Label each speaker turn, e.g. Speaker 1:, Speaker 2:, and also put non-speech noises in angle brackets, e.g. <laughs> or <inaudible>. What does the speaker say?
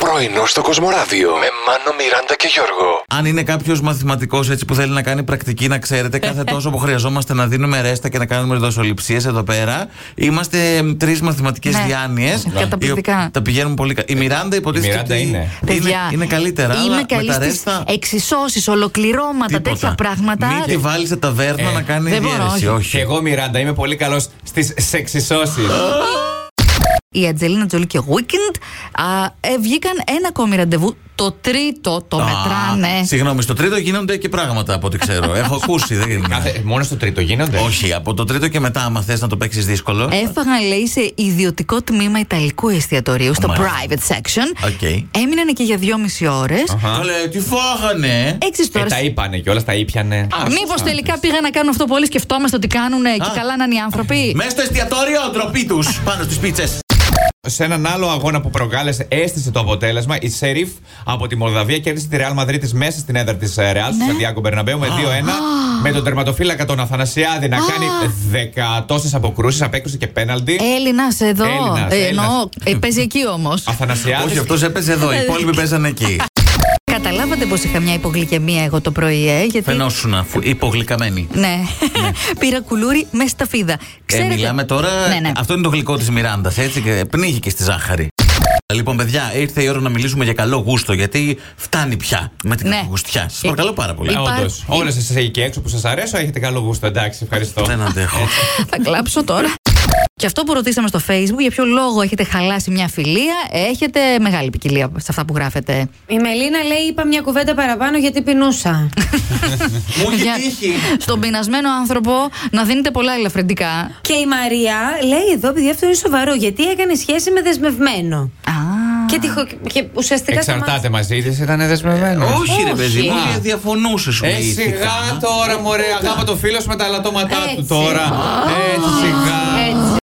Speaker 1: Πρωινό στο Κοσμοράδιο με Μάνο, Μιράντα και Γιώργο.
Speaker 2: Αν είναι κάποιος μαθηματικός έτσι που θέλει να κάνει πρακτική, να ξέρετε,
Speaker 3: <laughs>
Speaker 2: κάθε τόσο που χρειαζόμαστε να δίνουμε ρέστα και να κάνουμε δοσοληψίε εδώ πέρα, είμαστε τρεις μαθηματικές
Speaker 3: Ναι.
Speaker 2: διάνοιες.
Speaker 3: Καταπληκτικά.
Speaker 2: Τα πηγαίνουν πολύ καλά. Η Μιράντα υποτίθεται.
Speaker 4: Μιράντα
Speaker 2: ότι
Speaker 4: είναι.
Speaker 3: Παιδιά,
Speaker 2: είναι καλύτερα.
Speaker 3: Είμαι
Speaker 2: αλλά
Speaker 3: καλή
Speaker 2: με τα
Speaker 3: στις
Speaker 2: ρέστα.
Speaker 3: εξισώσεις, ολοκληρώματα,
Speaker 2: τίποτα.
Speaker 3: τέτοια πράγματα. Ε.
Speaker 2: Μην τη βάλεις σε ταβέρνα
Speaker 4: Ε,
Speaker 2: να κάνει
Speaker 3: δεν μπορώ,
Speaker 2: διαίρεση.
Speaker 3: όχι.
Speaker 4: Και
Speaker 2: Όχι.
Speaker 4: εγώ, Μιράντα, είμαι πολύ καλός στις
Speaker 2: <gasps>
Speaker 4: σεξισώσει.
Speaker 3: Η Ατζελίνα Τζολί και Weekend α, ε, βγήκαν ένα ακόμη ραντεβού. Το τρίτο το
Speaker 2: Α,
Speaker 3: μετράνε.
Speaker 2: Συγγνώμη, στο τρίτο γίνονται και πράγματα από ό,τι ξέρω.
Speaker 3: <laughs>
Speaker 2: Έχω ακούσει. δεν είναι.
Speaker 4: Μόνο στο τρίτο γίνονται.
Speaker 2: Όχι, από το τρίτο και μετά, άμα θες να το παίξεις δύσκολο.
Speaker 3: Ε. Έφαγαν, λέει, σε ιδιωτικό τμήμα Ιταλικού εστιατορίου, στο
Speaker 2: Μάλιστα.
Speaker 3: private section.
Speaker 2: Οκ.
Speaker 3: Έμειναν εκεί για δυόμιση ώρες.
Speaker 4: Αχα.
Speaker 2: Καλέ, τι φάγανε.
Speaker 3: Έξι
Speaker 4: Ε,
Speaker 3: τώρα.
Speaker 4: τα είπανε και όλα τα ήπιανε.
Speaker 3: Μήπως τελικά πήγαν να κάνουν αυτό που όλοι σκεφτόμαστε ότι κάνουν και
Speaker 2: Α.
Speaker 3: καλά να είναι οι άνθρωποι.
Speaker 2: Μέσα στο εστιατόριο, ντροπή τους πάνω στις πίτσες.
Speaker 4: Σε έναν άλλο αγώνα που προκάλεσε, έστησε το αποτέλεσμα. Η Σερίφ από τη Μολδαβία κέρδισε τη Ρεάλ Μαδρίτη μέσα στην έδρα ε, τη Ρεάλ,
Speaker 3: Ναι.
Speaker 4: στο Σαντιάκο Μπερναμπέου, με 2-1. Με τον τερματοφύλακα τον Αθανασιάδη να κάνει δεκατόσες αποκρούσεις, απέκρουσε και πέναλτι.
Speaker 3: Έλληνας εδώ.
Speaker 4: Έλληνας,
Speaker 3: Ε,
Speaker 4: Έλληνας.
Speaker 3: εννοώ, ε, παίζει εκεί όμως.
Speaker 2: Όχι,
Speaker 4: Αθανασιάδη.
Speaker 2: αυτός έπαιζε εδώ. Οι υπόλοιποι παίζανε εκεί.
Speaker 3: Καταλάβατε πως είχα μια υπογλυκαιμία εγώ το πρωί, ε, γιατί.
Speaker 2: Φαινόσουν αφού Ε, υπογλυκαμένοι.
Speaker 3: Ναι. <laughs> Πήρα κουλούρι με σταφίδα.
Speaker 2: Ε,
Speaker 3: Ξέρετε.
Speaker 2: μιλάμε τώρα.
Speaker 3: Ναι, ναι.
Speaker 2: Αυτό είναι το γλυκό της Μιράντας, έτσι. Και πνίγηκε στη ζάχαρη. Λοιπόν, παιδιά, ήρθε η ώρα να μιλήσουμε για καλό γούστο, γιατί φτάνει πια με την
Speaker 3: Ναι.
Speaker 2: γουστιά. Σας
Speaker 3: Ε,
Speaker 2: παρακαλώ πάρα πολύ.
Speaker 3: ε,
Speaker 2: Α,
Speaker 3: υπά-
Speaker 4: Όντως.
Speaker 3: Υπάρχει-
Speaker 4: Όλε εσεί εκεί έξω που σας αρέσω, έχετε καλό γούστο. Εντάξει, ευχαριστώ.
Speaker 2: Δεν αντέχω.
Speaker 3: Θα κλάψω τώρα. Και αυτό που ρωτήσαμε στο Facebook, για ποιο λόγο έχετε χαλάσει μια φιλία, έχετε μεγάλη ποικιλία σε αυτά που γράφετε.
Speaker 5: Η Μελίνα λέει: Είπα μια κουβέντα παραπάνω γιατί
Speaker 4: <laughs>
Speaker 5: πεινούσα.
Speaker 2: Μου
Speaker 3: Για-
Speaker 2: έχει τύχει.
Speaker 3: Στον πεινασμένο άνθρωπο να δίνετε πολλά ελαφρυντικά.
Speaker 5: και η Μαρία λέει: Εδώ, επειδή αυτό είναι σοβαρό, γιατί έκανε σχέση με δεσμευμένο.
Speaker 3: Α,
Speaker 5: Και, τυχο... και
Speaker 3: Ε,
Speaker 5: ουσιαστικά. το
Speaker 4: Εξαρτάται μαζί της, ήταν δεσμευμένος.
Speaker 2: Ε, Όχι, ρε παιδί μου,
Speaker 4: Α.
Speaker 2: διαφωνούσε σου.
Speaker 4: Ε,
Speaker 2: λέει, ηθικά.
Speaker 4: σιγά τώρα, μωρέ. Αγάπα το φίλο σου με τα αλατώματά του
Speaker 5: Έτσι.
Speaker 4: τώρα. Έτσι,
Speaker 5: Ε,
Speaker 4: σιγά.